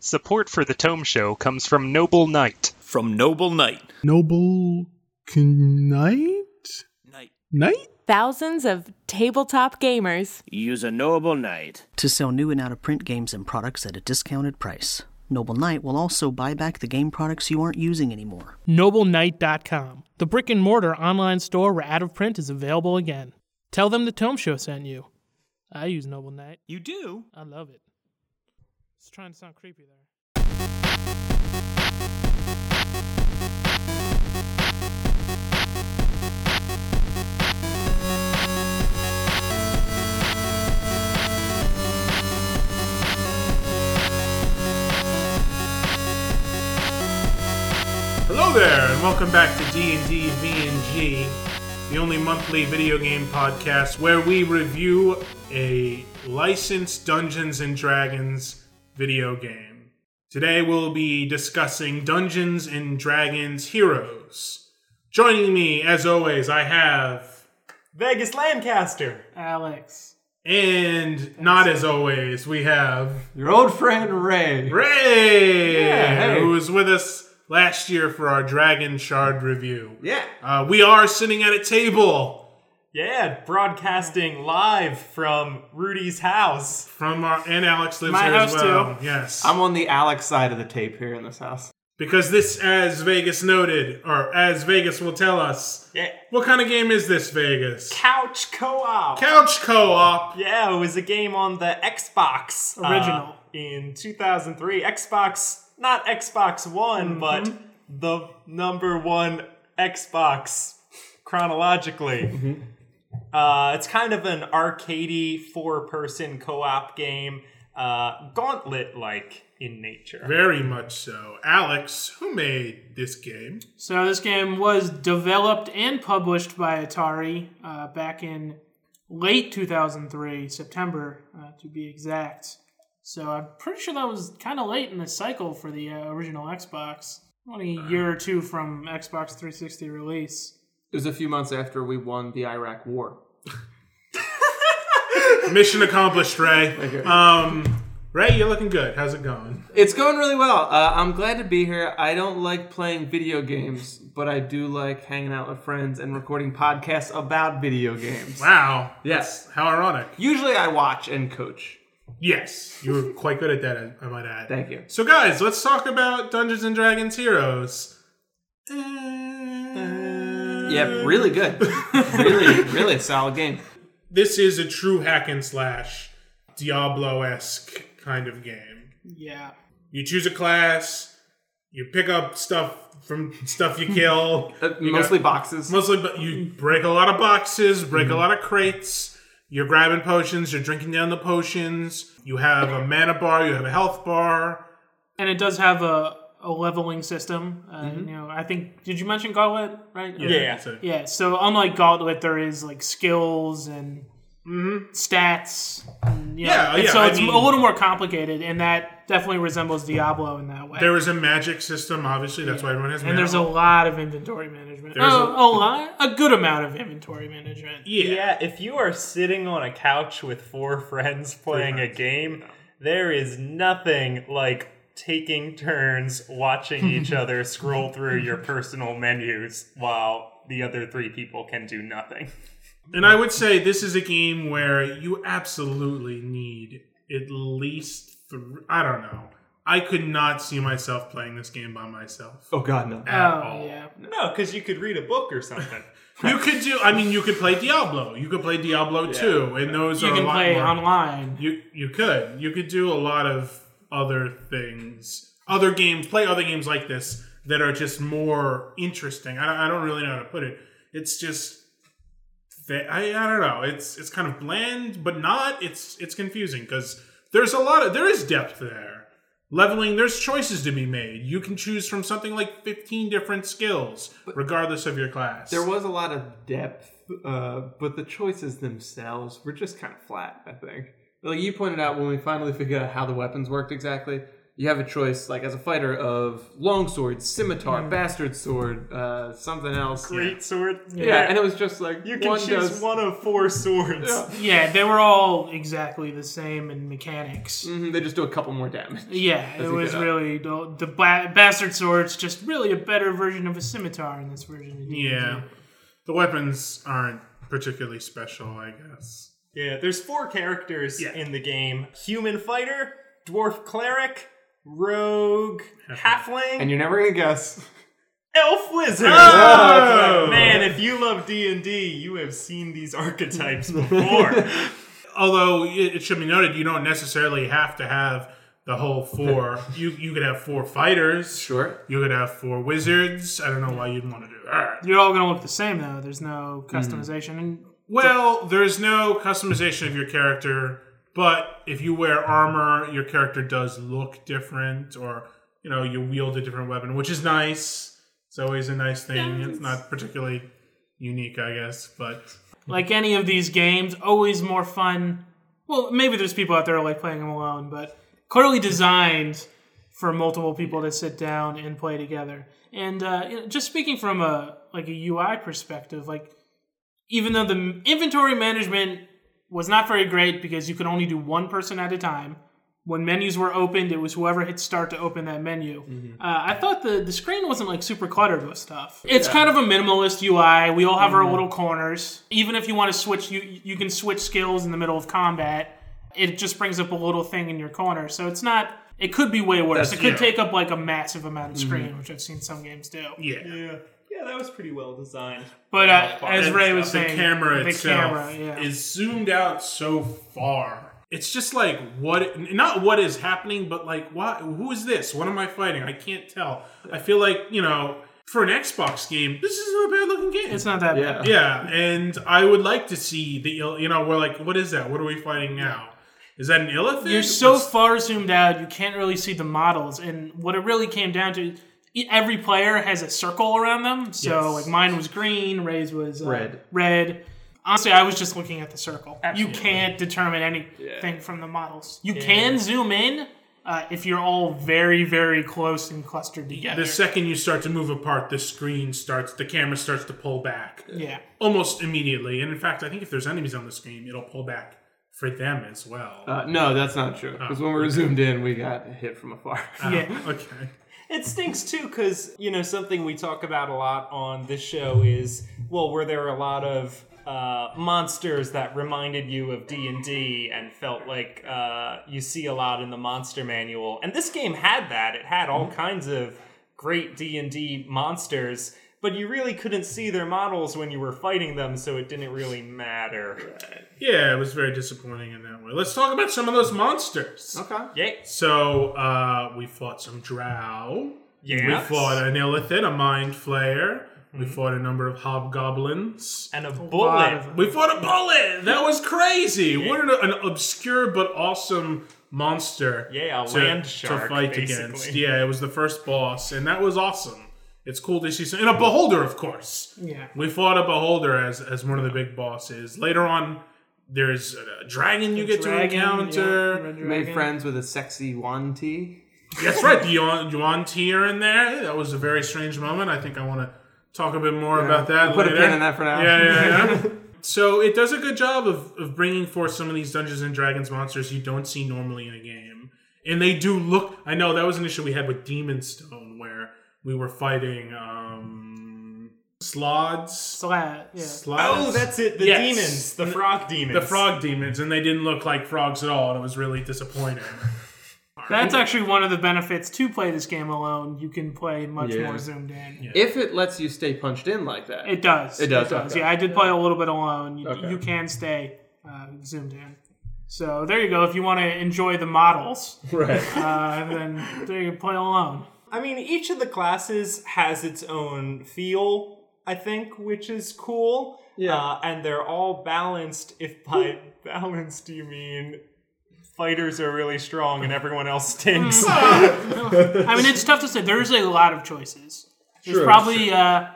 Support for the Tome Show comes from Noble Knight. From Noble Knight. Noble Knight? Knight. Knight? Thousands of tabletop gamers. Use a noble knight. to sell new and out of print games and products at a discounted price. Noble Knight will also buy back the game products you aren't using anymore. NobleKnight.com. The brick and mortar online store where out of print is available again. Tell them the Tome Show sent you. I use Noble Knight. You do? I love it. It's trying to sound creepy there. Hello there, and welcome back to D&D V&G, the only monthly video game podcast where we review a licensed Dungeons and Dragons video game. Today we'll be discussing Dungeons and Dragons Heroes. Joining me, as always, I have, Vegas Lancaster, Alex. and not as always, we have your old friend Ray. Ray, Yeah, hey. who was with us last year for our Dragon Shard review. Yeah. Uh, we are sitting at a table. Yeah, broadcasting live from Rudy's house. from our and Alex lives My here as house, well. too. Yes, I'm on the Alex side of the tape here in this house. because this, as Vegas noted, or as Vegas will tell us, Yeah. what kind of game is this, Vegas? Couch co op. Couch co-op. yeah, it was a game on the Xbox. uh, Original. in 2003. Xbox, not Xbox One, but the number one Xbox chronologically. Uh, it's kind of an arcadey four person co op game, uh, gauntlet like in nature. Very much so. Alex, who made this game? So this game was developed and published by Atari uh, back in late 2003, September uh, to be exact. So I'm pretty sure that was kind of late in the cycle for the uh, original Xbox, only a year or two from Xbox 360 release. It was a few months after we won the Iraq War. Mission accomplished, Ray. Um, Ray, you're looking good. How's it going? It's going really well. Uh, I'm glad to be here. I don't like playing video games, but I do like hanging out with friends and recording podcasts about video games. Wow. Yes. How ironic. Usually I watch and coach. Yes, you were quite good at that. I might add. Thank you. So, guys, let's talk about Dungeons and Dragons Heroes. Yeah, really good. really, really solid game. this is a true hack and slash Diablo esque kind of game. Yeah, You choose a class, you pick up stuff from stuff you kill. Uh, mostly boxes. Mhm. Mostly, but you break a lot of boxes, break a lot of crates. You're grabbing potions, you're drinking down the potions. You have a mana bar, you have a health bar. and it does have a, a leveling system. Uh, Mm-hmm. You know, I think did you mention Gauntlet? Right? Yeah. So- Yeah, so unlike Gauntlet, there is like skills and Mm-hmm. stats. And, you know, Yeah, and yeah, so I it's mean- a little more complicated, and that definitely resembles Diablo in that way. There is a magic system, obviously. That's why everyone has mana. and there's a lot of inventory management. There's Oh, a- a, lot, a good amount of inventory management. yeah. Yeah, if you are sitting on a couch with four friends playing a game, there is nothing like taking turns watching each other scroll through your personal menus while the other three people can do nothing. And I would say this is a game where you absolutely need at least three. I don't know. I could not see myself playing this game by myself. Oh God, no. at all. Oh yeah, No, because you could read a book or something. You could do. I mean, you could play Diablo. You could play Diablo two, and those you are a can lot play more- online. You you could you could do a lot of other things, other games, play other games like this that are just more interesting. I, don't- I don't really know how to put it. It's just they, I I don't know. It's it's kind of bland, but not. It's it's confusing because there's a lot of there is depth there. Leveling, there's choices to be made. You can choose from something like 15 different skills, regardless of your class. There was a lot of depth, uh, but the choices themselves were just kind of flat, I think. Like you pointed out when we finally figured out how the weapons worked exactly, you have a choice, like as a fighter, of longsword, scimitar, bastard sword, uh, something else. Hmm. Great sword. Yeah. and it was just like you can one choose does- one of four swords. Yeah, they were all exactly the same in mechanics. Mhm, they just do a couple more damage. Yeah, it a was good op- really the, the ba- bastard sword's just really a better version of a scimitar in this version. Of D&D. Yeah. The weapons aren't particularly special, I guess. Yeah, there's four characters Yeah. in the game: human fighter, dwarf cleric, rogue, halfling, And you're never gonna guess. elf wizard. Ah! Oh! Man, if you love D and D, you have seen these archetypes before. Although it it should be noted, you don't necessarily have to have the whole four. you you could have four fighters. Sure. You could have four wizards. I don't know why you'd want to do that. You're all gonna look the same though. There's no customization. And Well, there's no customization of your character, but if you wear armor, your character does look different, or you know you wield a different weapon, which is nice. It's always a nice thing. It's not particularly unique, I guess, but like any of these games, always more fun. Well, maybe there's people out there who like playing them alone, but clearly designed for multiple people to sit down and play together. And uh, you know, just speaking from a like a UI perspective, like even though the inventory management was not very great because you could only do one person at a time. When menus were opened, it was whoever hit start to open that menu. Mm-hmm. Uh, I thought the, the screen wasn't like super cluttered with stuff. It's kind of a minimalist UI. We all have Mm-hmm. our little corners. Even if you want to switch, you you can switch skills in the middle of combat. It just brings up a little thing in your corner. So it's not. It could be way worse. That's- it could yeah. take up like a massive amount of screen, which I've seen some games do. Mm-hmm. yeah. yeah, yeah, that was pretty well designed. But uh, as And Ray was the saying, camera the itself camera, yeah. is zoomed out so far. It's just like what, n- not what is happening, but like why, who is this? What am I fighting? I can't tell. I feel like you know, for an Xbox game, this isn't a bad looking game. it's not that bad. Yeah. yeah, and I would like to see the ill. You know, we're like, what is that? What are we fighting now? Is that an illithid? You're so What's- far zoomed out, you can't really see the models. And what it really came down to, e- every player has a circle around them. So Yes. like mine was green, Ray's was uh, Red. Red. Honestly, I was just looking at the circle. You can't determine anything from the models. You can zoom in uh, if you're all very, very close and clustered together. the second you start to move apart, the screen starts, the camera starts to pull back. yeah. almost immediately. And in fact, I think if there's enemies on the screen, it'll pull back for them as well. Uh, no, that's not true. Because when we were zoomed in, we got hit from afar. Uh-huh. Yeah. okay. It stinks too, because you know something we talk about a lot on this show is well, were there a lot of uh, monsters that reminded you of D and D and felt like uh, you see a lot in the monster manual? And this game had that. It had Mm-hmm. all kinds of great D and D monsters, but you really couldn't see their models when you were fighting them, so it didn't really matter. Yeah, it was very disappointing in that way. Let's talk about some of those monsters. okay. Yay! So, uh, we fought some drow. We Yes. Mm-hmm. fought an illithid, a mind flayer. We fought a number of hobgoblins. and a Oh, lot bullet. of- We fought a bullet! That was crazy! What an, an obscure but awesome monster. Yeah, a land shark, basically. Yeah, it was the first boss, and that was awesome. It's cool to see some. And a beholder, of course. Yeah. We fought a beholder as as one of the big bosses. Later on, there's a dragon you get Dragon, to yeah, encounter. Red Made Dragon. friends with a sexy one T. That's right, the Yuan, Yuan Tier in there. That was a very strange moment. I think I want to talk a bit more about that. Put a later. pin in that for now. Yeah, yeah, yeah. so it does a good job of, of bringing forth some of these Dungeons and Dragons monsters you don't see normally in a game. And they do look. I know that was an issue we had with Demon Stone where we were fighting um, Slods. Slat, yeah. Slods? Oh, that's it. The Yes. demons, the frog demons, The frog demons, and they didn't look like frogs at all, and it was really disappointing. That's actually one of the benefits to play this game alone. You can play much more zoomed in. If it lets you stay punched in like that. It does. It does, okay. Yeah, I did play a little bit alone. You, Okay. you can stay uh, zoomed in. So there you go. If you want to enjoy the models, right. uh, then there you play alone. I mean, each of the classes has its own feel, I think, which is cool. Yeah. Uh, and they're all balanced. If by balanced you mean fighters are really strong and everyone else stinks. I mean, it's tough to say. There's a lot of choices. There's probably uh,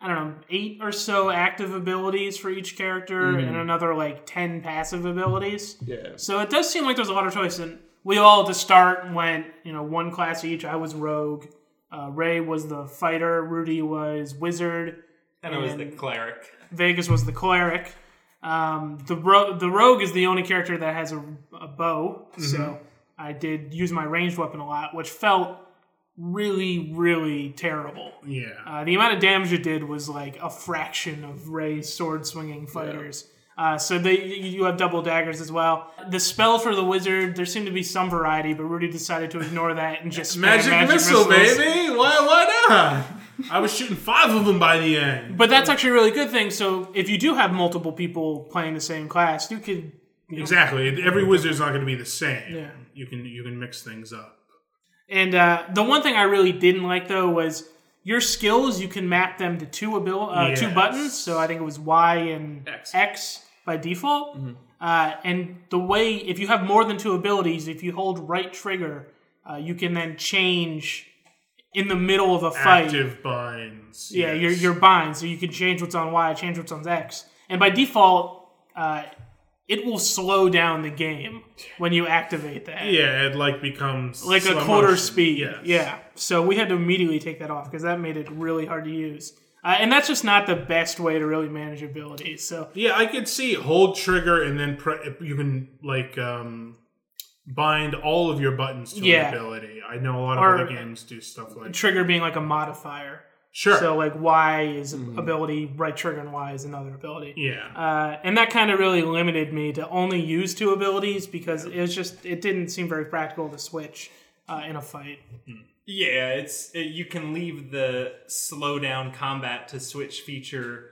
I don't know eight or so active abilities for each character, and another like ten passive abilities. Yeah. So it does seem like there's a lot of choice, and we all at the start went, you know, one class each. I was rogue. Uh, Ray was the fighter. Rudy was wizard. And it was the cleric. Vegas was the cleric. Um, the ro- the rogue is the only character that has a, a bow, Mm-hmm. so I did use my ranged weapon a lot, which felt really really terrible. Yeah. Uh, the amount of damage it did was like a fraction of Ray's sword swinging fighters. Uh, so they you you have double daggers as well. The spell for the wizard there seemed to be some variety, but Rudy decided to ignore that and just spam magic, missile, missiles. baby. Why? Why not? I was shooting five of them by the end. But that's actually a really good thing. So if you do have multiple people playing the same class, you could Exactly. Every wizard's not going to be the same. Yeah. You can you can mix things up. And uh, the one thing I really didn't like though was your skills. You can map them to two abil- uh, two Yes. buttons. So I think it was Y and X, by default. Mm-hmm. Uh, and the way if you have more than two abilities, if you hold right trigger, uh, you can then change in the middle of a fight. Active binds. Yeah, yes. your your bind. So you can change what's on Y, change what's on X, and by default, uh, it will slow down the game when you activate that yeah. It like becomes like a slow quarter motion. speed. Yes. Yeah. So we had to immediately take that off because that made it really hard to use. Uh, and that's just not the best way to really manage abilities. So Yeah, I could see hold trigger and then pre- you can like um bind all of your buttons to Yeah. an ability. I know a lot of Or- other games do stuff like trigger being like a modifier. sure. Mm-hmm. So like Y is ability, right trigger and Y is another ability. yeah. Uh, and that kind of really limited me to only use two abilities because it was just it didn't seem very practical to switch uh, in a fight. Yeah, it's it, you can leave the slow down combat to switch feature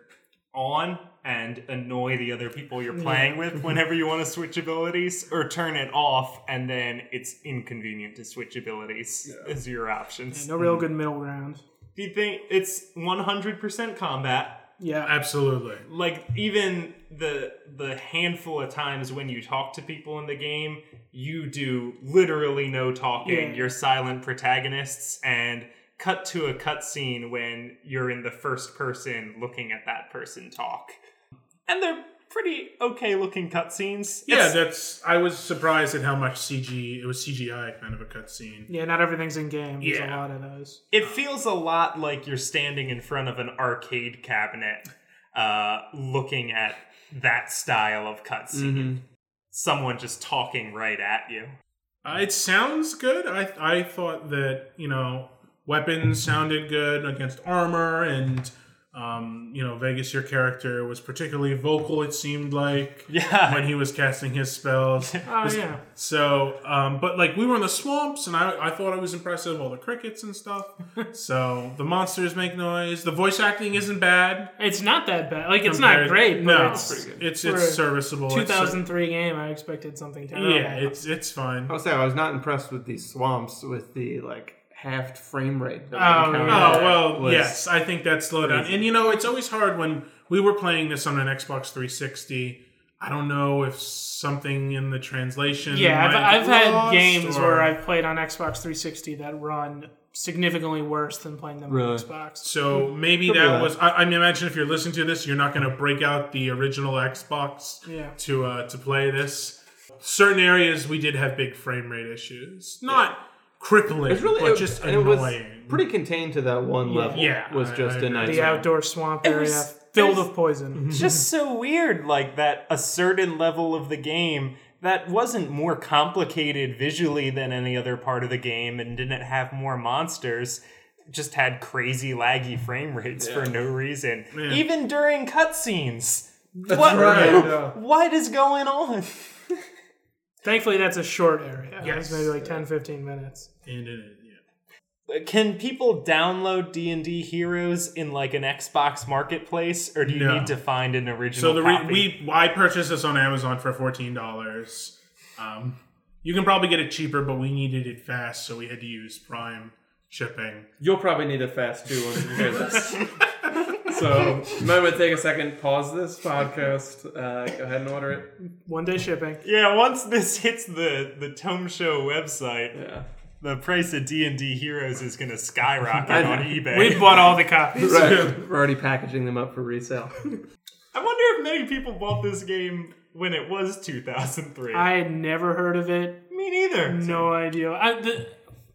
on and annoy the other people you're playing with whenever you want to switch abilities, or turn it off and then it's inconvenient to switch abilities as your options. Mm. No real good middle ground. Do you think it's 100% combat? Yeah. Absolutely. like even the the handful of times when you talk to people in the game you do literally no talking Yeah. you're silent protagonists and cut to a cutscene when you're in the first person looking at that person talk and they're pretty okay looking cutscenes Yeah, It's- that's. I was surprised at how much CG. It was CGI kind of a cutscene. yeah, not everything's in game. There's a Yeah. lot of those. It feels a lot like you're standing in front of an arcade cabinet, uh, looking at that style of cutscene. Mm-hmm. Someone just talking right at you. Uh, it sounds good. I I thought that you know weapons sounded good against armor, and um, you know Vegas, your character was particularly vocal. It seemed like Yeah. when he was casting his spells. Oh yeah. So, um, but like we were in the swamps, and I, I thought it was impressive all the crickets and stuff. so the monsters make noise. The voice acting isn't bad. It's not that bad. Like it's not compared- great, but no, it's it's for a it's serviceable. It's- uh, 2003 game. I expected something terrible. Yeah, it's it's fine. I'll say I was not impressed with these swamps with the like half frame rate. That Oh, we encountered. Oh yeah. well, Was- yes, I think that slowed down. Crazy. And you know, it's always hard when we were playing this on an Xbox 360. I don't know if something in the translation. yeah. might have I've, I've had lost, games or- where I've played on Xbox 360 that run significantly worse than playing them on Really? Xbox. So maybe Hmm. Could be that that. was. I, I mean, imagine if you're listening to this, you're not going to break out the original Xbox Yeah. to uh, to play this. Certain areas we did have big frame rate issues, not crippling, It's really but it, just and it was annoying. pretty contained to that one level. Yeah, was I- just I a nice. The outdoor swamp area was- it was- filled with Mm-hmm. poison. It's just so weird, like that a certain level of the game that wasn't more complicated visually than any other part of the game and didn't have more monsters just had crazy laggy frame rates for no reason even during cutscenes what what is going on Thankfully, that's a short area. Yes. It's maybe like 10, 15 minutes. And it- yeah. can people download d&d heroes in like an xbox marketplace or do you No. need to find an original So the re- copy? we I purchased this on Amazon for fourteen dollars. Um, you can probably get it cheaper, but we needed it fast, so we had to use Prime shipping. You'll probably need a fast two once you hear this. so you might want to take a second, pause this podcast, uh, go ahead and order it. One day shipping. yeah once this hits the the tome show website Yeah. the price of D and D Heroes is going to skyrocket know. on eBay. We bought all the copies. Right. We're already packaging them up for resale. I wonder if many people bought this game when it was 2003. I had never heard of it. Me either. No idea. I, the,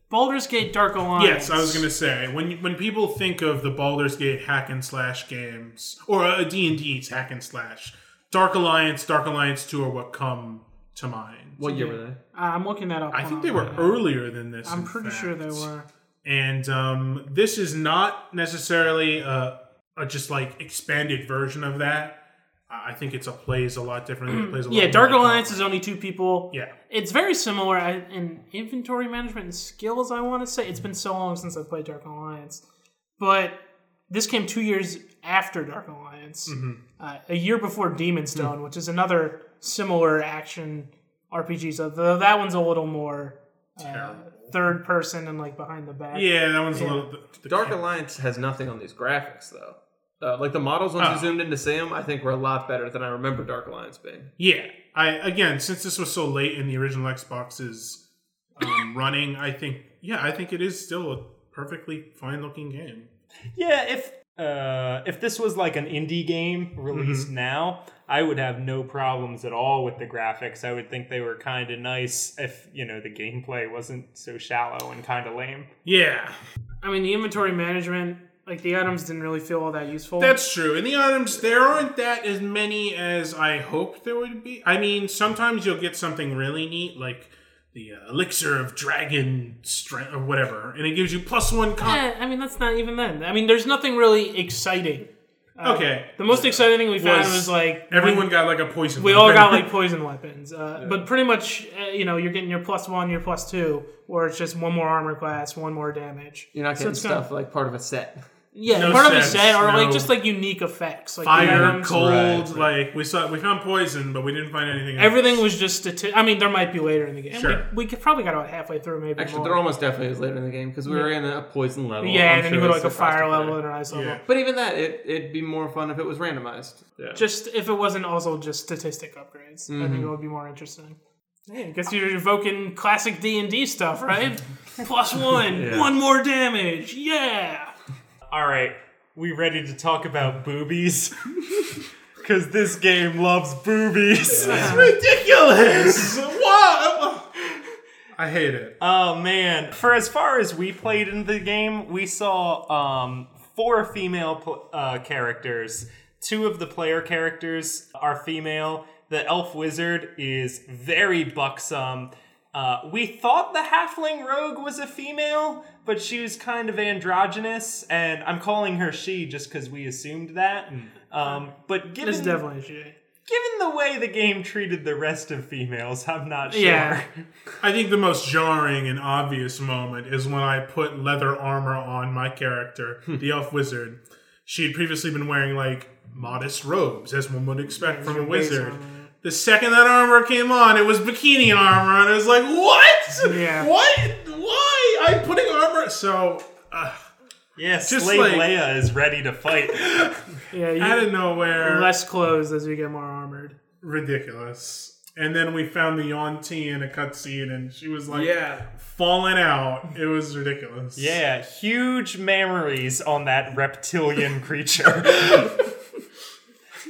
Baldur's Gate Dark Alliance. Yes, I was gonna say when when people think of the Baldur's Gate hack and slash games or uh, D and D's hack and slash, Dark Alliance, Dark Alliance Two are what come to mind. What year were they? Uh, I'm looking that up. I think now. they were earlier than this. I'm in pretty sure they fact. were. And um, this is not necessarily a, a just like expanded version of that. I I think it's a plays a lot differently. It plays a lot Yeah, Dark more Alliance is only two people. Yeah. It's very similar I- in inventory management and skills, I want to say. It's been so long since I played Dark Alliance. But this came two years after Dark Alliance, Mm-hmm. uh, a year before Demonstone, which is another similar action RPG. So th- that one's a little more uh, third person and like behind the back. Yeah, that one's a little. The, the Dark Alliance has nothing on these graphics though. Uh, like the models, once Oh. you zoomed in to see them, I think were a lot better than I remember Dark Alliance being. Yeah, I again since this was so late in the original Xbox's um, running, I think yeah, I think it is still a perfectly fine looking game. Yeah, if uh, if this was like an indie game released Mm-hmm. now, I would have no problems at all with the graphics. I would think they were kind of nice if you know the gameplay wasn't so shallow and kind of lame. Yeah, I mean, the inventory management, like the items didn't really feel all that useful. that's true. And the items there aren't that as many as I hoped there would be. I mean, sometimes you'll get something really neat like the uh, elixir of dragon strength or whatever, and it gives you plus one. Con- Eh, I mean, that's not even then. I mean, there's nothing really exciting. Uh, okay, The most exciting thing we found Was was, like everyone got like a poison. We weapon. all got like poison weapons, uh, but pretty much, uh, you know, you're getting your plus one, your plus two, or it's just one more armor class, one more damage. You're not So getting it's kinda- stuff like part of a set. yeah, No part of the sense, set are no. like just like unique effects, like the fire, items- cold. Like we saw, we found poison, but we didn't find anything. Else. Everything was just stati- I mean, there might be later in the game. We- Sure. we, could probably got about halfway through, maybe. Actually, more. they're almost definitely as later in the game because we were in a poison level. yeah, I'm and then sure you go to it's like a fire faster fighter. level and an ice level. Yeah. But even that, it, it'd be more fun if it was randomized. Yeah. Just if it wasn't also just statistic upgrades, I Mm-hmm. think it would be more interesting. Yeah, I guess you're evoking classic D and D stuff, right? Plus one, one more damage. Yeah. All right, we ready to talk about boobies? Because this game loves boobies. ridiculous. what? I hate it. Oh man! For as far as we played in the game, we saw um, four female pl- uh, characters. Two of the player characters are female. The elf wizard is very buxom. Uh, we thought the halfling rogue was a female, but she was kind of androgynous, and I'm calling her she just because we assumed that. Hmm. Um, but given This is definitely shit. given the way the game treated the rest of females, I'm not sure. Yeah. I think the most jarring and obvious moment is when I put leather armor on my character, Hmm. the elf wizard. She had previously been wearing like modest robes, as one would expect from a wizard. The second that armor came on, it was bikini armor, and I was like, "What? Yeah. What? Why? I'm putting armor." So uh, Yeah, Just Slave like- Leia is ready to fight. Yeah, you out of nowhere, less clothes as you get more armored. ridiculous. And then we found the Yonti in a cutscene, and she was like, falling out. It was ridiculous. yeah, huge memories on that reptilian creature.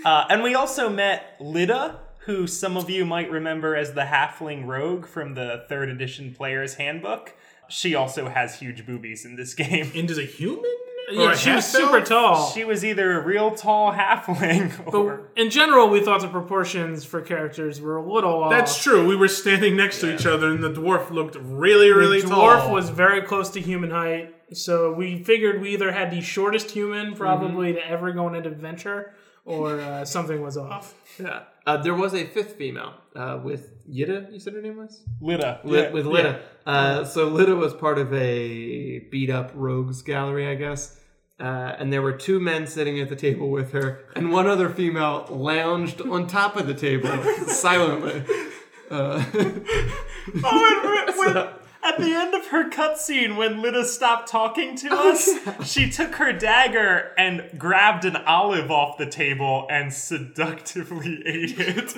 uh, and we also met Lida, who some of you might remember as the halfling rogue from the third edition player's handbook. She also has huge boobies in this game. And is a human? Or Yeah, a she was half-elf? super tall. She was either a real tall halfling or. In general, we thought the proportions for characters were a little off. That's true. We were standing next to each other, and the dwarf looked really, really the tall. dwarf was very close to human height, so we figured we either had the shortest human Mhm. probably to ever go on an adventure, or uh, something was off. Yeah. Uh, there was a fifth female uh, with Yida, you said her name was? Lida. With, with Lida. Uh, so Lida was part of a beat up rogues gallery, I guess. Uh, and there were two men sitting at the table with her, and one other female lounged on top of the table silently. Uh, Oh, and when, when, at the end of her cutscene, when Lita stopped talking to Oh, us, she took her dagger and grabbed an olive off the table and seductively ate it.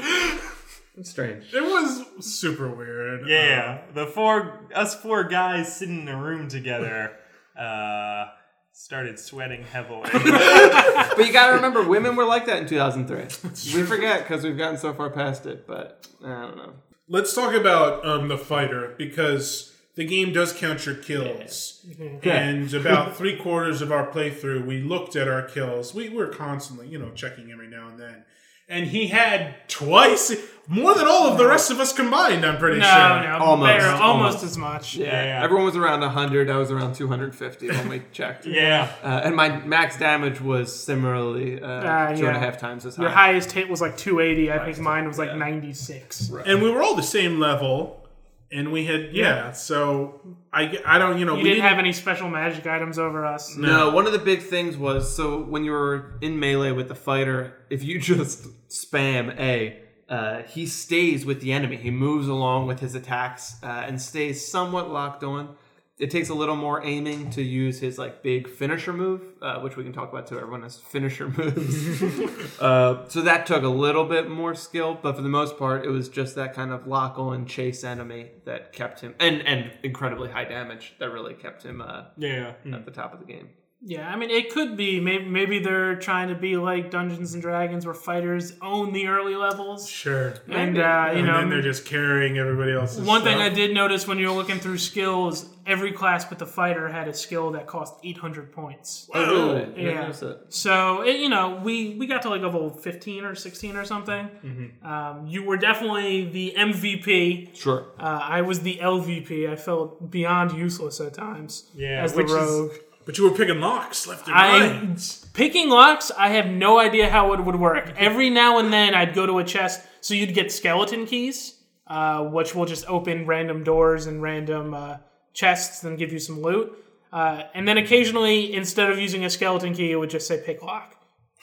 strange. It was super weird. yeah, the four us four guys sitting in a room together uh, started sweating heavily. But you gotta remember, women were like that in 2003. We forget because we've gotten so far past it, but I don't know. Let's talk about um, the fighter because the game does count your kills, and about three quarters of our playthrough, we looked at our kills. We were constantly, you know, checking every now and then, and he had twice more than all of the rest of us combined. I'm pretty No, sure. no, Almost, they're almost, almost. as much. Yeah, everyone was around 100. I was around 250 when we checked. Yeah. Uh, and my max damage was similarly uh, Ah, two and a yeah. half times as high. Your highest hit was like 280. I think mine was like 96. And we were all the same level, and we had yeah. So I I don't you know You we didn't have any special magic items over us. No, one of the big things was so when you were in melee with the fighter, if you just spam A, uh, he stays with the enemy. He moves along with his attacks uh, and stays somewhat locked on. It takes a little more aiming to use his like big finisher move, uh, which we can talk about too. Everyone has finisher moves, uh, so that took a little bit more skill. But for the most part, it was just that kind of lock on chase enemy that kept him, and and incredibly high damage that really kept him uh, Yeah. at the top of the game. Yeah, I mean, it could be. Maybe, maybe they're trying to be like Dungeons and Dragons where fighters own the early levels. sure. And, uh, and you then know, they're just carrying everybody else's. one thing stuff. I did notice when you were looking through skills, every class but the fighter had a skill that cost 800 points. Oh, really? Yeah. So, it, you know, we, we got to like level 15 or 16 or something. Mm-hmm. Um, you were definitely the MVP. Sure. Uh, I was the LVP. I felt beyond useless at times Yeah, as the which is- rogue. But you were picking locks left and I- right. Picking locks, I have no idea how it would work. Every now and then, I'd go to a chest, so you'd get skeleton keys, uh, which will just open random doors and random uh, chests and give you some loot. Uh, and then occasionally, instead of using a skeleton key, it would just say pick lock.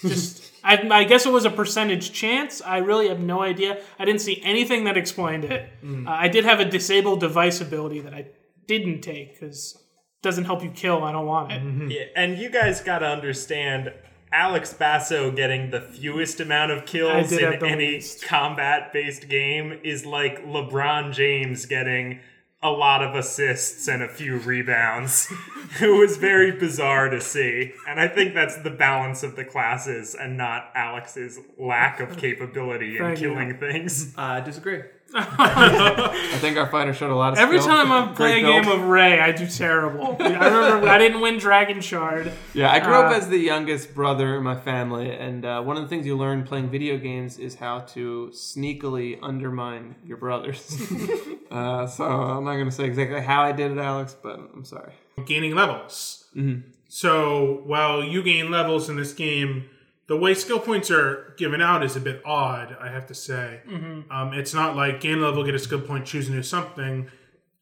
Just, I, I guess it was a percentage chance. I really have no idea. I didn't see anything that explained it. Uh, I did have a disabled device ability that I didn't take because it doesn't help you kill. I don't want it. Yeah, and you guys got to understand Alex Basso getting the fewest amount of kills I did in have the any least. combat based game is like LeBron James getting a lot of assists and a few rebounds. it was very bizarre to see. And I think that's the balance of the classes and not Alex's lack of capability in Thank you. killing things. I disagree. I think our fighter showed a lot of Every skill. time I play Great a game build. of Ray, I do terrible. I remember Oh, I didn't win Dragon Shard. yeah, I grew up as the youngest brother in my family, and uh, one of the things you learn playing video games is how to sneakily undermine your brothers. uh, so I'm not going to say exactly how I did it, Alex, but I'm sorry. Gaining levels. Mm-hmm. So while you gain levels in this game, the way skill points are given out is a bit odd, I have to say. Mm-hmm. Um, it's not like gain a level, get a skill point, choose a new something.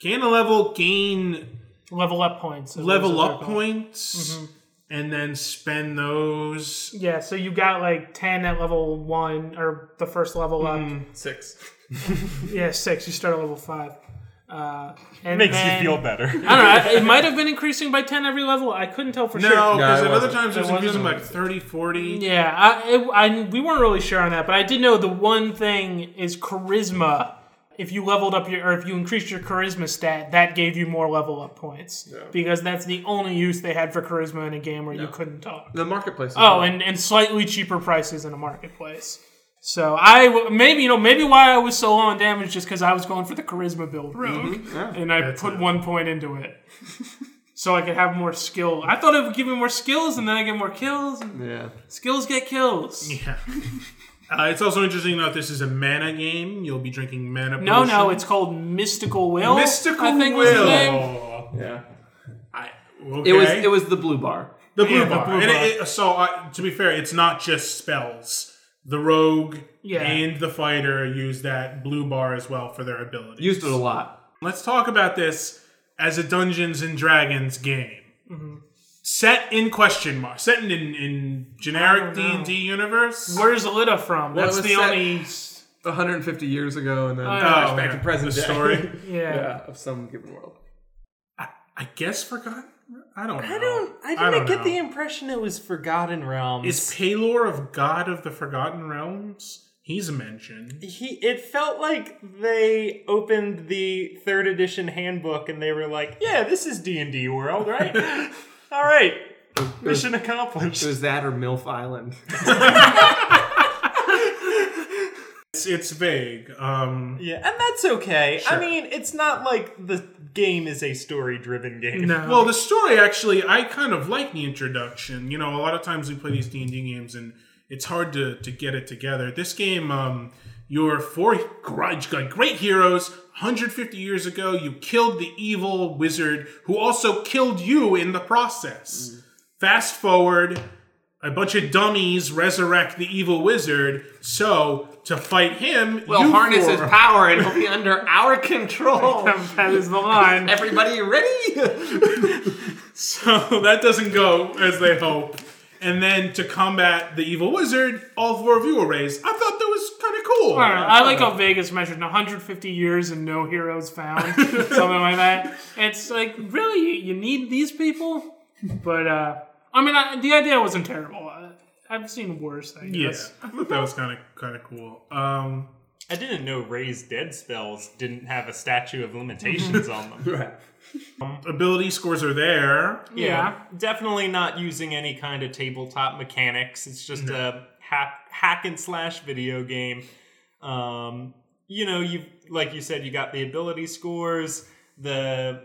Gain a level, gain Level up points. is level what they're up called. points, and then spend those. Yeah, so you got like ten at level one or the first level up. Six. Yeah, six. You start at level five. Uh, and Makes then, you feel better. I don't know. I- It might have been increasing by ten every level. I couldn't tell for No, sure. because it at other wasn't. times it was It confusing wasn't. like 30, 40. Yeah, I, it, I, we weren't really sure on that, but I did know the one thing is charisma. If you leveled up your, or if you increased your charisma stat, that gave you more level up points because that's the only use they had for charisma in a game where you couldn't talk. The marketplace. is Oh, and, and slightly cheaper prices in a marketplace. So I w- maybe you know maybe why I was so low on damage just because I was going for the charisma build rogue and I put one point into it. So I could have more skill. I thought it would give me more skills, and then I get more kills. and- Yeah. Skills get kills. Yeah. Uh, it's also interesting to note this is a mana game. You'll be drinking mana. No, no, potions. it's called Mystical Will. mystical I think will. was the name. Yeah. I, okay. It was it was the blue bar. the blue yeah, the bar. blue and bar. It, it- so uh, to be fair, it's not just spells. The rogue Yeah. and the fighter use that blue bar as well for their abilities. Used it a lot. Let's talk about this as a Dungeons and Dragons game. Set in question mark. Set in in, in generic D don't know. and D universe. Where's Alita from? That's was the that? only. 150 years ago, and then yeah. flashback to present Oh, the day. story. Yeah. Oh. yeah, of some given world. I guess forgotten. I don't. Know. know. impression it was Forgotten Realms. Is Palor of God of the Forgotten Realms? He's mentioned. he it felt like they opened the third edition handbook and they were like yeah this is d&d world right all right mission accomplished It was that or MILF Island. it's it's vague. Um, Yeah, and that's okay. I mean, it's not like the game is a story-driven game. Well, the story actually, I kind of like the introduction. You know, a lot of times we play these D and D games, and it's hard to to get it together. This game, um, you're four garage got great heroes. 150 years ago, you killed the evil wizard who also killed you in the process. Mm. Fast forward, a bunch of dummies resurrect the evil wizard. So to fight him, We'll you harness his four- power and he'll be under our control. That is the line. Everybody ready? So that doesn't go as they hope. And then to combat the evil wizard, all four of you were raised. I thought that was kind of cool. I don't know. I like how Vegas measured in 150 years and no heroes found, something like that. It's like really, you need these people, but uh, I mean, I, the idea wasn't terrible. I, I've seen worse, I Yeah, guess. I thought that was kind of kind of cool. Um, I didn't know raise dead spells didn't have a statue of Mm-hmm. limitations on them. ability scores are there. Yeah, definitely not using any kind of tabletop mechanics. It's just a hack hack and slash video game. Um, you know, you like you said, you got the ability scores, the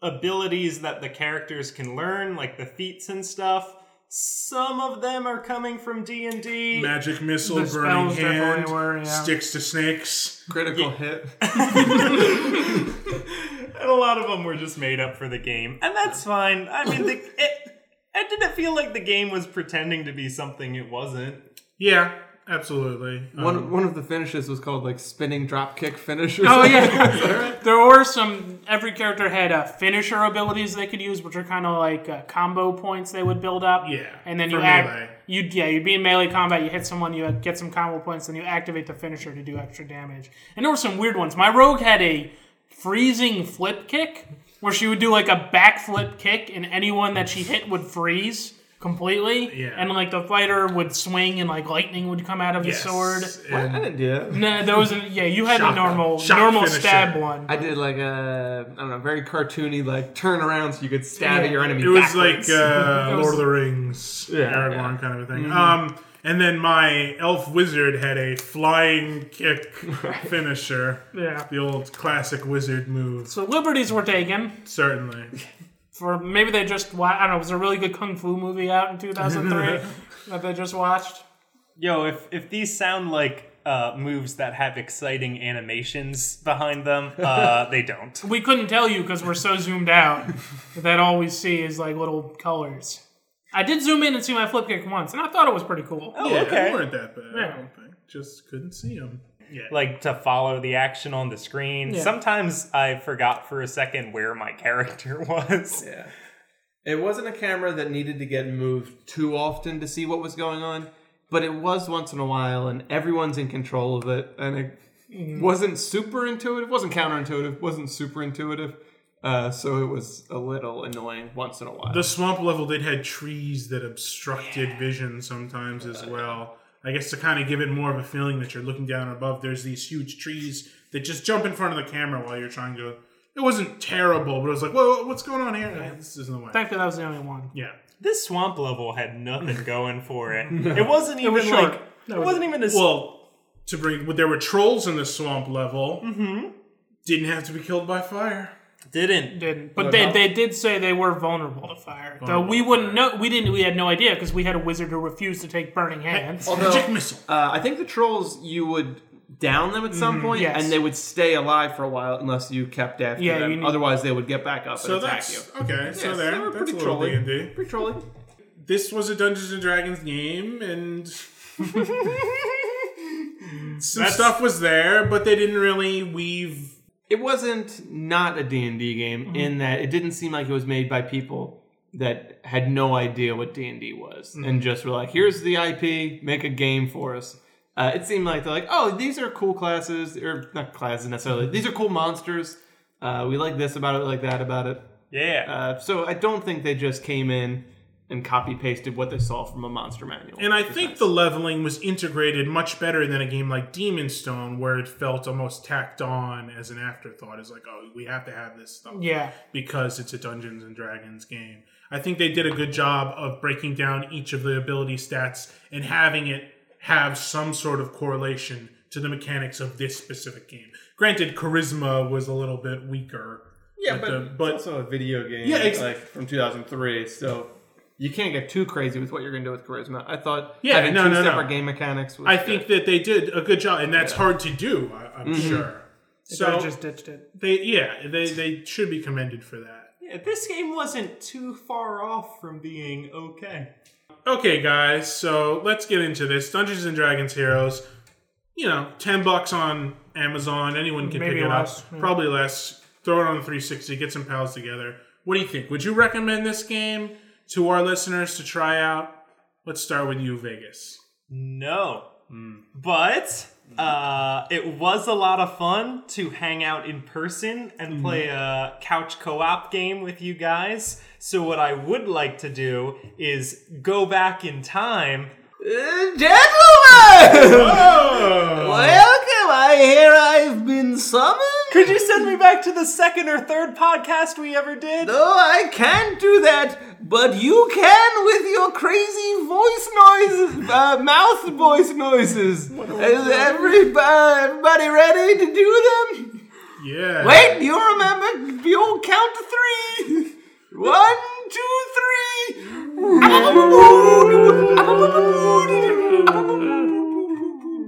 abilities that the characters can learn, like the feats and stuff. Some of them are coming from D and D. Magic missile, The burning spells definitely hand, were, yeah. sticks to snakes. Critical hit. and a lot of them were just made up for the game, and that's fine. I mean, the, it, it didn't feel like the game was pretending to be something it wasn't. Yeah, absolutely. Um, One, one of the finishes was called like spinning drop kick finish. Or Oh something. yeah, there were some. Every character had uh, finisher abilities they could use, which are kind of like uh, combo points they would build up. Yeah, and then for you melee. act. You'd yeah, you'd be in melee combat. You hit someone, you uh, get some combo points, then you activate the finisher to do extra damage. And there were some weird ones. My rogue had a freezing flip kick, where she would do like a backflip kick, and anyone that she hit would freeze completely. Yeah. and like the fighter would swing, and like lightning would come out of his yes, sword. I and- didn't do that. No, there was a yeah. You had Shock- a normal shock normal finisher. stab one. I did like a I don't know very cartoony like turn around so you could stab at your enemy. It was backwards. like uh, Lord of the Rings, Aragorn kind of a Mm-hmm. thing. Um, and then my elf wizard had a flying kick finisher. Yeah. The old classic wizard move, So liberties were taken certainly. for maybe they just wa- I don't know. It was a really good kung fu movie out in 2003 that they just watched. Yo, if if these sound like uh, moves that have exciting animations behind them, uh, they don't. We couldn't tell you because we're so zoomed out that all we see is like little colors. I did zoom in and see my flip kick once, and I thought it was pretty cool. Oh, Yeah, okay. they weren't that bad. I don't think. Just couldn't see them. Yeah. Like to follow the action on the screen. Sometimes I forgot for a second where my character was. Yeah. It wasn't a camera that needed to get moved too often to see what was going on, but it was once in a while, and everyone's in control of it, and it Mm-hmm. wasn't super intuitive, wasn't counterintuitive, wasn't super intuitive, uh, so it was a little annoying once in a while. the swamp level did had trees that obstructed vision sometimes as well. I guess to kind of give it more of a feeling that you're looking down above. There's these huge trees that just jump in front of the camera while you're trying to. It wasn't terrible, but it was like, whoa, whoa, what's going on here? Eh, This isn't the way. Thankfully, that was the only one. Yeah. This swamp level had nothing going for it. It wasn't even was short. like it wasn't even as Well, to bring, well, there were trolls in the swamp level. Mm-hmm. Didn't have to be killed by fire. didn't. Didn't, but they, they did say they were vulnerable to fire. Though we wouldn't know, we didn't, we had no idea because we had a wizard who refused to take burning hands. Magic missile. Uh, I think the trolls, you would down them at some Mm-hmm. point, yes. and they would stay alive for a while unless you kept after Yeah, them. you need- Otherwise, they would get back up So and attack that's you. okay. so Yes, there, they were that's pretty a little D trolly. and D. Pretty trolly. This was a Dungeons and Dragons game, and some stuff was there, but they didn't really weave. it wasn't not a d&d game Mm-hmm. in that it didn't seem like it was made by people that had no idea what d&d was Mm-hmm. and just were like here's the ip make a game for us uh, it seemed like they're like oh these are cool classes or not classes necessarily these are cool monsters uh, we like this about it we like that about it Yeah. uh, so i don't think they just came in and copy pasted what they saw from a monster manual And I think the leveling was integrated much better than a game like Demon Stone, where it felt almost tacked on as an afterthought. It's like, oh, we have to have this stuff yeah, because it's a Dungeons and Dragons game. I think they did a good job of breaking down each of the ability stats and having it have some sort of correlation to the mechanics of this specific game. Granted, charisma was a little bit weaker. Yeah, with but, the- but it's also a video game. Yeah, ex- like from 2003. So you can't get too crazy with what you're going to do with charisma. I thought Yeah, having no, two no, no. separate game mechanics. Was I good. think that they did a good job, and that's hard to do. I, I'm sure. So I just ditched it. they, yeah, they they should be commended for that. Yeah, this game wasn't too far off from being okay. Okay, guys, so let's get into this. Dungeons and Dragons Heroes. You know, ten bucks on Amazon. Anyone can Maybe pick it less, up. yeah. Probably less. Throw it on the 360. Get some pals together. What do you think? Would you recommend this game to our listeners to try out? Let's start with you, Vegas. No. But uh, it was a lot of fun to hang out in person and Mm-hmm. play a couch co op game with you guys. So, what I would like to do is go back in time. Gentlemen! Welcome! I hear I've been summoned. Could you send me back to the second or third podcast we ever did? No, I can't do that, but you can with your crazy voice noises, uh, mouth voice noises. Is everybody, everybody ready to do them? Yeah. Wait, you remember? You'll count to three. One, two, three.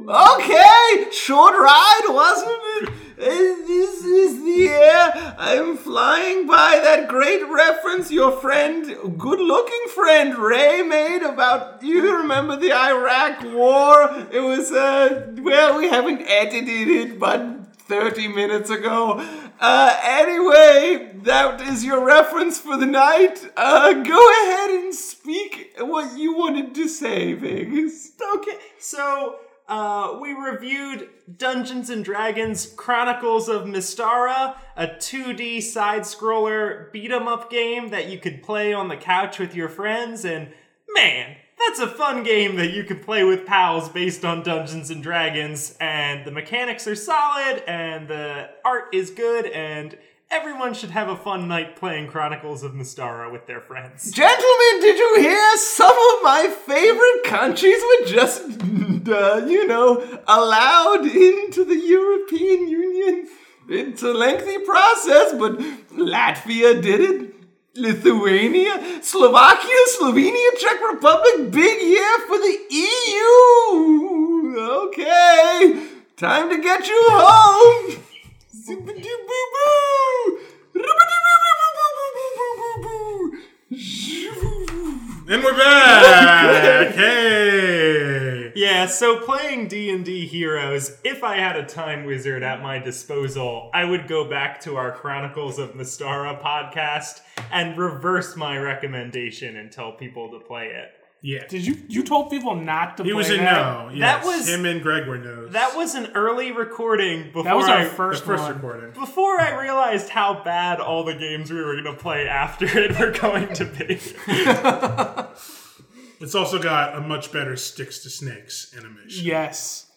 Okay, short ride, wasn't it? Uh, This is the air. I'm flying by that great reference your friend, good looking friend Ray made about. You remember the Iraq War? It was, uh, well, we haven't edited it, but 30 minutes ago. Uh, anyway, that is your reference for the night. Uh, go ahead and speak what you wanted to say, Vegas. Okay, so uh, we reviewed Dungeons and Dragons Chronicles of Mistara, a 2D side scroller beat 'em up game that you could play on the couch with your friends, and man, that's a fun game that you could play with pals based on Dungeons and Dragons, and the mechanics are solid, and the art is good, and everyone should have a fun night playing Chronicles of Mistara with their friends. Gentlemen, did you hear? Some of my favorite countries were just, uh, you know, allowed into the European Union. It's a lengthy process, but Latvia did it. Lithuania, Slovakia, Slovenia, Czech Republic, big year for the E EU! Okay, time to get you home! And we're back. hey. Yeah, so playing D&D Heroes, if I had a time wizard at my disposal, I would go back to our Chronicles of Mistara podcast and reverse my recommendation and tell people to play it. Yeah. Did you you told people not to He play was a that? no. Yes. That was- him and Greg were no's. That was an early recording before That was our I, the first, first one. recording. before I realized how bad all the games we were going to play after it were going to be. It's also got a much better sticks to snakes animation. Yes.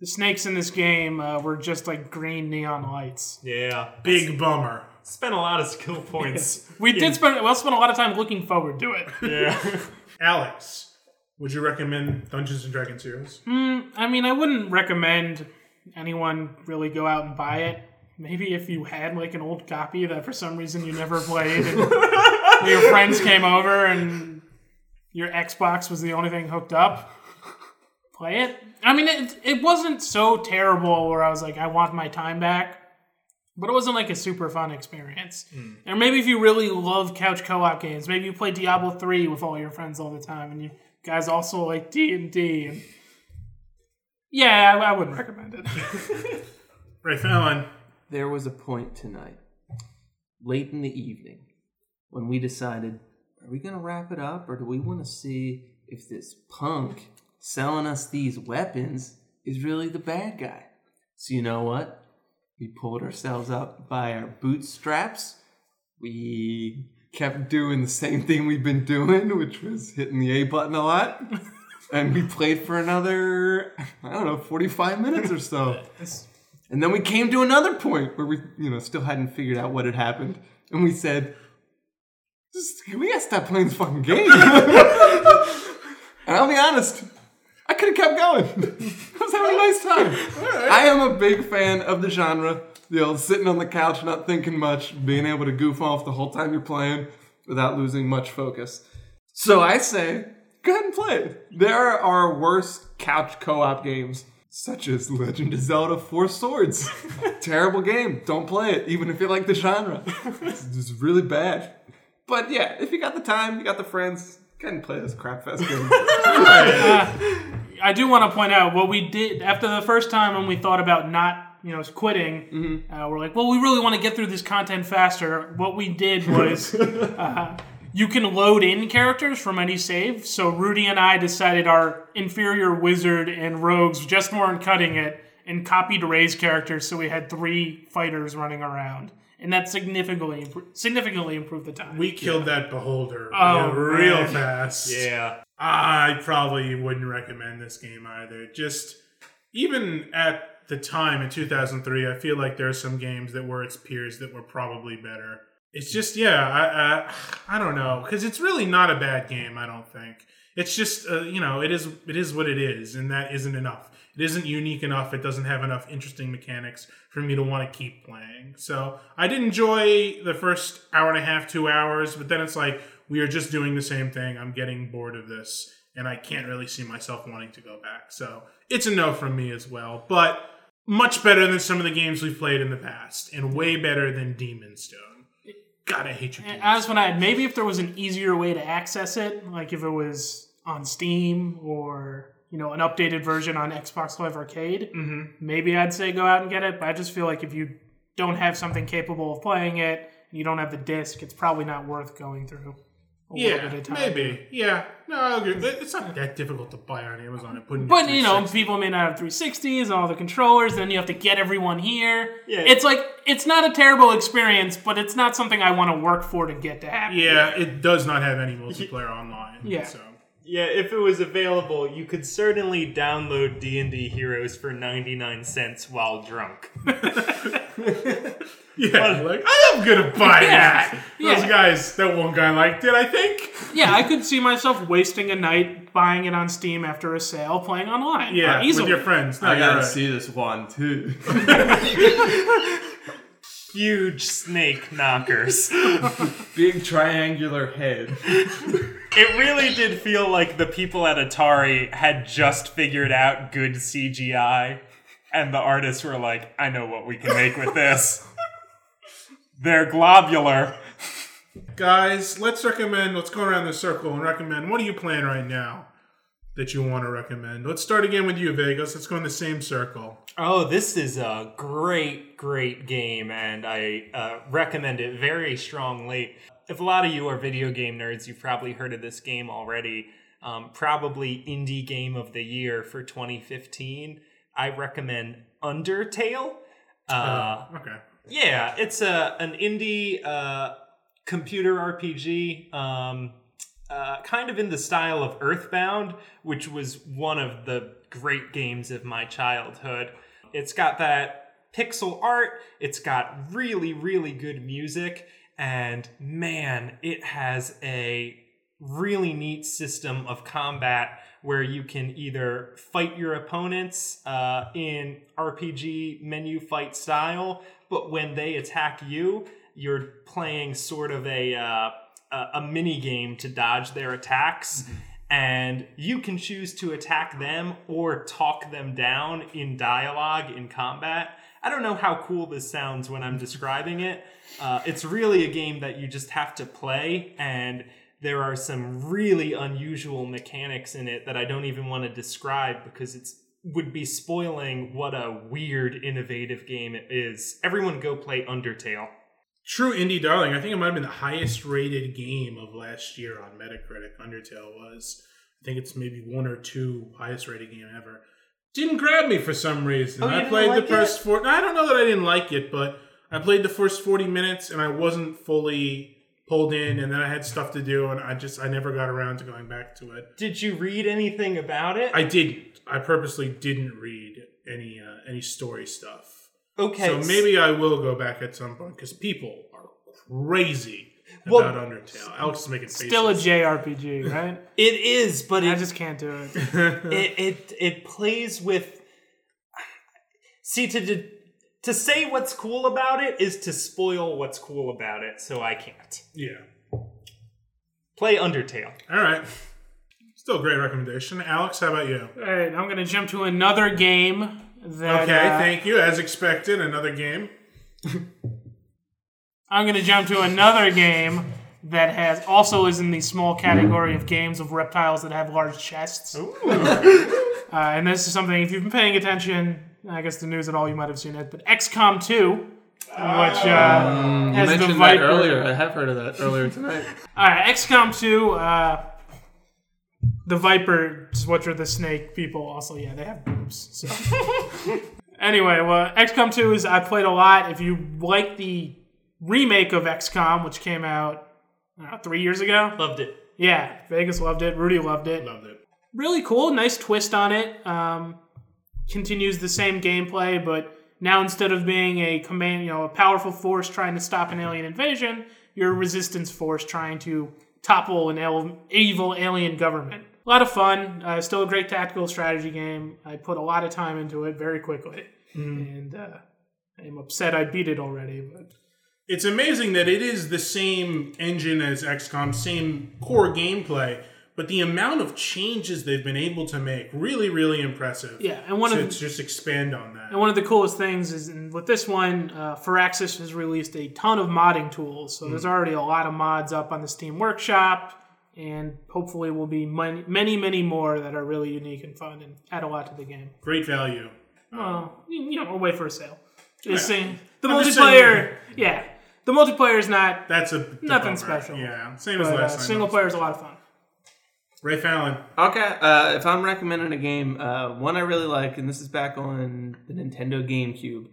The snakes in this game uh, were just like green neon lights. yeah. Big bummer. Spent a lot of skill points. We did spend well spent a lot of time looking forward to it. yeah. Alex, would you recommend Dungeons and Dragons Heroes? Mm, I mean, I wouldn't recommend anyone really go out and buy it. Maybe if you had like an old copy that for some reason you never played, and your friends came over and your Xbox was the only thing hooked up, play it. I mean, it it wasn't so terrible where I was like, I want my time back, but it wasn't like a super fun experience. Or maybe if you really love couch co-op games, maybe you play Diablo three with all your friends all the time, and you guys also like D and D and yeah, I, I wouldn't recommend it. Ray Fallon. there was a point tonight, late in the evening, when we decided, are we going to wrap it up or do we want to see if this punk selling us these weapons is really the bad guy? So, you know what? We pulled ourselves up by our bootstraps. We kept doing the same thing we've been doing, which was hitting the A button a lot. And we played for another, I don't know, 45 minutes or so. And then we came to another point where we, you know, still hadn't figured out what had happened, and we said, "Just- "We gotta stop playing this fucking game." and I'll be honest, I could have kept going. I was having a nice time. I am a big fan of the genre. The old sitting on the couch, not thinking much, being able to goof off the whole time you're playing without losing much focus. So I say, go ahead and play it. There are worse couch co op games, such as Legend of Zelda Four Swords. Terrible game. Don't play it, even if you like the genre. It's it's really bad. But yeah, if you got the time, you got the friends, go ahead and play this crap fest game. I do want to point out what we did after the first time when we thought about not, you know, quitting. Uh, we're like, well, we really want to get through this content faster. What we did was uh, you can load in characters from any save. So Rudy and I decided our inferior wizard and rogues just weren't cutting it and copied Ray's characters. So we had three fighters running around. And that significantly impro- significantly improved the time. We killed that beholder Oh, yeah, real man. fast. Yeah. I probably wouldn't recommend this game either. Just even at the time in 2003, I feel like there are some games that were its peers that were probably better. It's just yeah, I I, I don't know because it's really not a bad game. I don't think it's just uh, you know it is it is what it is, and that isn't enough. It isn't unique enough. It doesn't have enough interesting mechanics for me to want to keep playing. So I did enjoy the first hour and a half, two hours, but then it's like we are just doing the same thing. I'm getting bored of this, and I can't really see myself wanting to go back. So it's a no from me as well, but much better than some of the games we've played in the past, and way better than Demon Stone. God, I hate your games. I just want to add, maybe if there was an easier way to access it, like if it was on Steam or you know an updated version on Xbox Live Arcade, Mm-hmm. maybe I'd say go out and get it. But I just feel like if you don't have something capable of playing it and you don't have the disc, it's probably not worth going through. A little bit Yeah, of time. maybe. Yeah, no, I agree. But It's not that difficult to buy on Amazon and put in. But you know, people may not have 360s and all the controllers. Then you have to get everyone here. Yeah. It's like it's not a terrible experience, but it's not something I want to work for to get to happen. yeah, it does not have any multiplayer online. Yeah. so Yeah, if it was available, you could certainly download D&D Heroes for 99 cents while drunk. yeah, you're like I am gonna buy that. Yeah. Those guys, that one guy liked it, I think. Yeah, I could see myself wasting a night buying it on Steam after a sale, playing online. Yeah, Uh, with easily. your friends. No, I you're gotta right. see this one too. Huge snake knockers. Big triangular head. It really did feel like the people at Atari had just figured out good CGI, and the artists were like, I know what we can make with this. They're globular. Guys, let's recommend. Let's go around the circle and recommend. What are you playing right now that you want to recommend? Let's start again with you, Vegas. Let's go in the same circle. Oh, this is a great, great game, and I uh, recommend it very strongly. If a lot of you are video game nerds, you've probably heard of this game already. Um, probably indie game of the year for 2015. I recommend Undertale. Uh, Okay. yeah, it's a an indie uh, computer RPG, um, uh, kind of in the style of Earthbound, which was one of the great games of my childhood. It's got that pixel art. It's got really, really good music, and man, it has a really neat system of combat where you can either fight your opponents uh, in RPG menu fight style, but when they attack you, you're playing sort of a uh, a a mini game to dodge their attacks. And you can choose to attack them or talk them down in dialogue in combat. I don't know how cool this sounds when I'm describing it. Uh, it's really a game that you just have to play and there are some really unusual mechanics in it that I don't even want to describe because it's would be spoiling what a weird innovative game it is. Everyone go play Undertale. True indie darling. I think it might have been the highest rated game of last year on Metacritic. Undertale was. I think it's maybe one or two highest rated game ever. Didn't grab me for some reason. Oh, you I didn't played like the first four. I don't know that I didn't like it, but I played the first forty minutes and I wasn't fully pulled in, and then I had stuff to do, and I just I never got around to going back to it. Did you read anything about it? I didn't. I purposely didn't read any uh, any story stuff. okay. So maybe I will go back at some point because people are crazy Well, about Undertale. Alex is making faces. Still a JRPG, right? It is, but I it, just can't do it. it it it plays with. See to to- to say what's cool about it is to spoil what's cool about it, so I can't yeah. play Undertale. All right. Still a great recommendation. Alex, how about you? All right, I'm gonna jump to another game. That, Okay, uh, thank you. As expected, another game. I'm going to jump to another game that has also is in the small category of games of reptiles that have large chests. uh, and this is something if you've been paying attention, I guess the news at all, you might have seen it. But XCOM 2, which uh, Um, You has the mentioned that Viper. earlier. I have heard of that earlier tonight. All right, XCOM 2, uh, the Viper, just what are the snake people. Also, yeah, they have boobs. So. anyway, well, XCOM 2 is, I played a lot. If you like the remake of XCOM, which came out I don't know, three years ago, Loved it. yeah, Vegas loved it. Rudy loved it. Loved it. Really cool, nice twist on it. Um, continues the same gameplay, but now instead of being a command, you know, a powerful force trying to stop an alien invasion, you're a resistance force trying to topple an el- evil alien government. A lot of fun. Uh, still a great tactical strategy game. I put a lot of time into it very quickly, Mm-hmm. and uh, I am upset I beat it already. But It's amazing that it is the same engine as XCOM, same core gameplay, but the amount of changes they've been able to make really, really impressive. yeah, and one to of the, just expand on that. And one of the coolest things is and with this one, uh, Firaxis has released a ton of modding tools. So Mm. there's already a lot of mods up on the Steam Workshop, and hopefully will be mon- many, many more that are really unique and fun and add a lot to the game. Great value. Well, you you know, we'll wait for a sale. Just saying, the I'm just multiplayer, yeah, the multiplayer is not That's a bummer. Nothing special. Yeah, same as but, uh, last time. single player is a lot of fun. Ray Fallon. Okay, uh, if I'm recommending a game, uh, one I really like, and this is back on the Nintendo GameCube,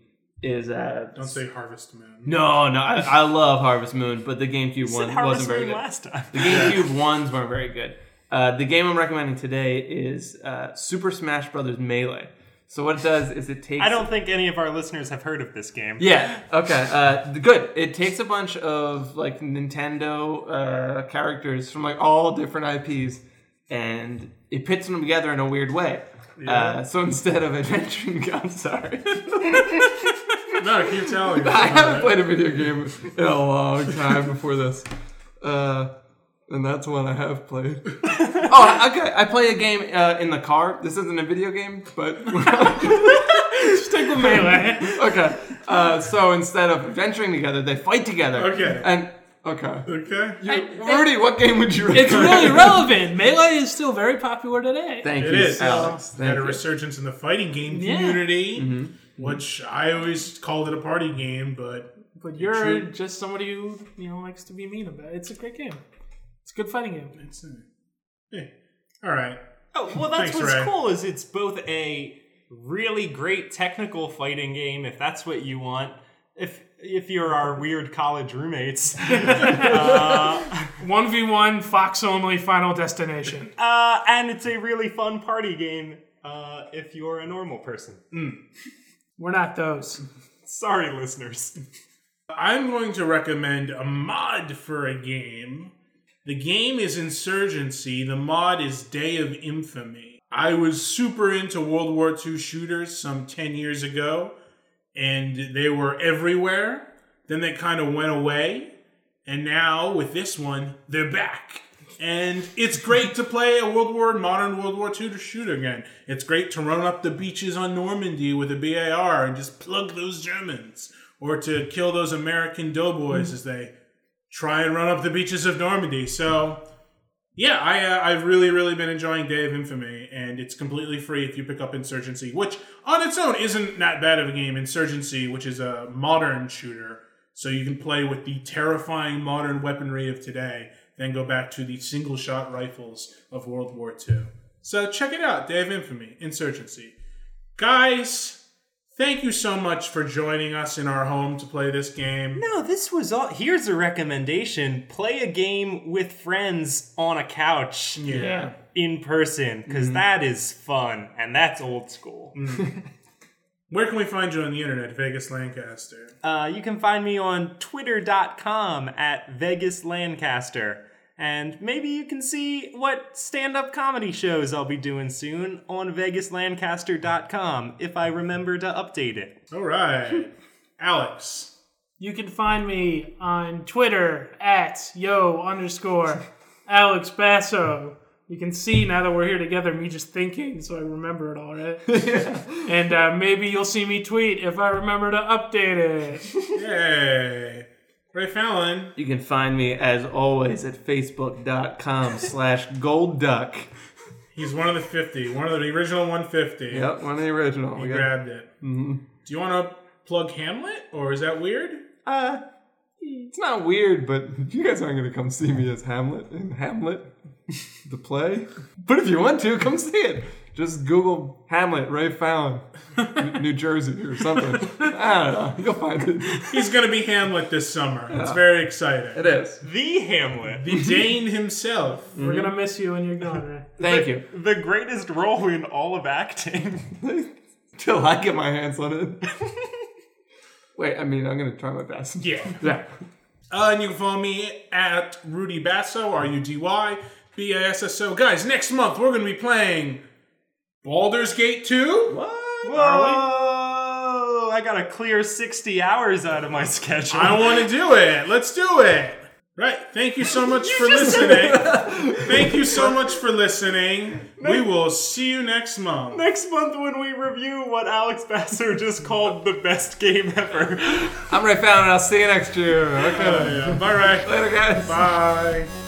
is uh, Don't say Harvest Moon. no, no, I, I love Harvest Moon, but the GameCube one Said wasn't Harvest very Moon good. last time. The GameCube ones weren't very good. Uh, the game I'm recommending today is uh, Super Smash Brothers Melee. So what it does is it takes I don't think any of our listeners have heard of this game. Yeah. Okay. Uh, th- good. It takes a bunch of like Nintendo uh, characters from like all different IPs, and it pits them together in a weird way. Uh, so instead of adventuring, I'm sorry, No, keep telling me. I haven't played a video game in a long time before this, uh, and that's one I have played. oh, okay. I play a game uh, in the car. This isn't a video game, but. Stick with melee. okay. Uh, so instead of adventuring together, they fight together. Okay. And okay. Okay. You- Rudy, what game would you recommend? it's really relevant. Melee is still very popular today. Thank It you, is. Alex. Had Thank a you. Mm-hmm. resurgence in the fighting game Yeah. community, which I always called it a party game, but But you're just somebody who you know likes to be mean about it. It's a great game. It's a good fighting game. it's, uh, eh. all right. Oh, well, that's Thanks, what's Ray. cool is it's both a really great technical fighting game if that's what you want. If if you're our weird college roommates, uh, One v one, Fox only, Final Destination. uh, and it's a really fun party game uh, if you're a normal person. We're not those. Sorry, listeners. I'm going to recommend a mod for a game. The game is Insurgency, the mod is Day of Infamy. I was super into World War II shooters some 10 years ago, and they were everywhere. Then they kind of went away, and now with this one, they're back. And it's great to play a World War, modern World War II to shoot again. It's great to run up the beaches on Normandy with a BAR and just plug those Germans, or to kill those American doughboys as they try and run up the beaches of Normandy. So, yeah, I uh, I've really really been enjoying Day of Infamy, and it's completely free if you pick up Insurgency, which on its own isn't that bad of a game. Insurgency, which is a modern shooter, so you can play with the terrifying modern weaponry of today, then go back to the single shot rifles of World War II. So check it out, Day of Infamy, Insurgency, guys. Thank you so much for joining us in our home to play this game. No, this was all. Here's a recommendation: play a game with friends on a couch Yeah. Mm-hmm. Mm. in person, because is fun and that's old school. Where can we find you on the internet, Vegas Lancaster? Uh, you can find me on twitter.com at Vegas Lancaster. And maybe you can see what stand up comedy shows I'll be doing soon on vegaslancaster.com if I remember to update it. All right, Alex. You can find me on Twitter at yo underscore Alex Basso. You can see now that we're here together, me just thinking, so I remember it all, right? And uh, maybe you'll see me tweet if I remember to update it. Yay. Ray Fallon. You can find me as always at facebook.com slash gold duck. He's one of the 50, one of the original 150. Yep, one of the original. We He got, Mm-hmm. grabbed it. Do you want to plug Hamlet, or is that weird? uh, it's not weird, but you guys aren't going to come see me as Hamlet in Hamlet, the play. But if you want to, come see it. Just Google Hamlet, Ray Fallon, N- New Jersey or something. I don't know. You'll find it. He's going to be Hamlet this summer. It's very exciting. It is. The Hamlet. The Dane himself. We're gonna miss you when you're gone, right? Thank you. The greatest role in all of acting. Till I get my hands on it. Wait, I mean, I'm going to try my best. Yeah. Yeah. Uh, and you can follow me at Rudy Basso, R U D Y B A S S O. Guys, next month we're going to be playing Baldur's Gate 2. Whoa! Oh, I got a clear 60 hours out of my schedule. I want to do it. Let's do it. Right. Thank you so much for listening. Thank you so much for listening. We will see you next month. Next month, when we review what Alex Basser just called the best game ever. I'm Ray Fallon. I'll see you next year. Okay. Yeah. Bye, Ray. Later, guys. Bye.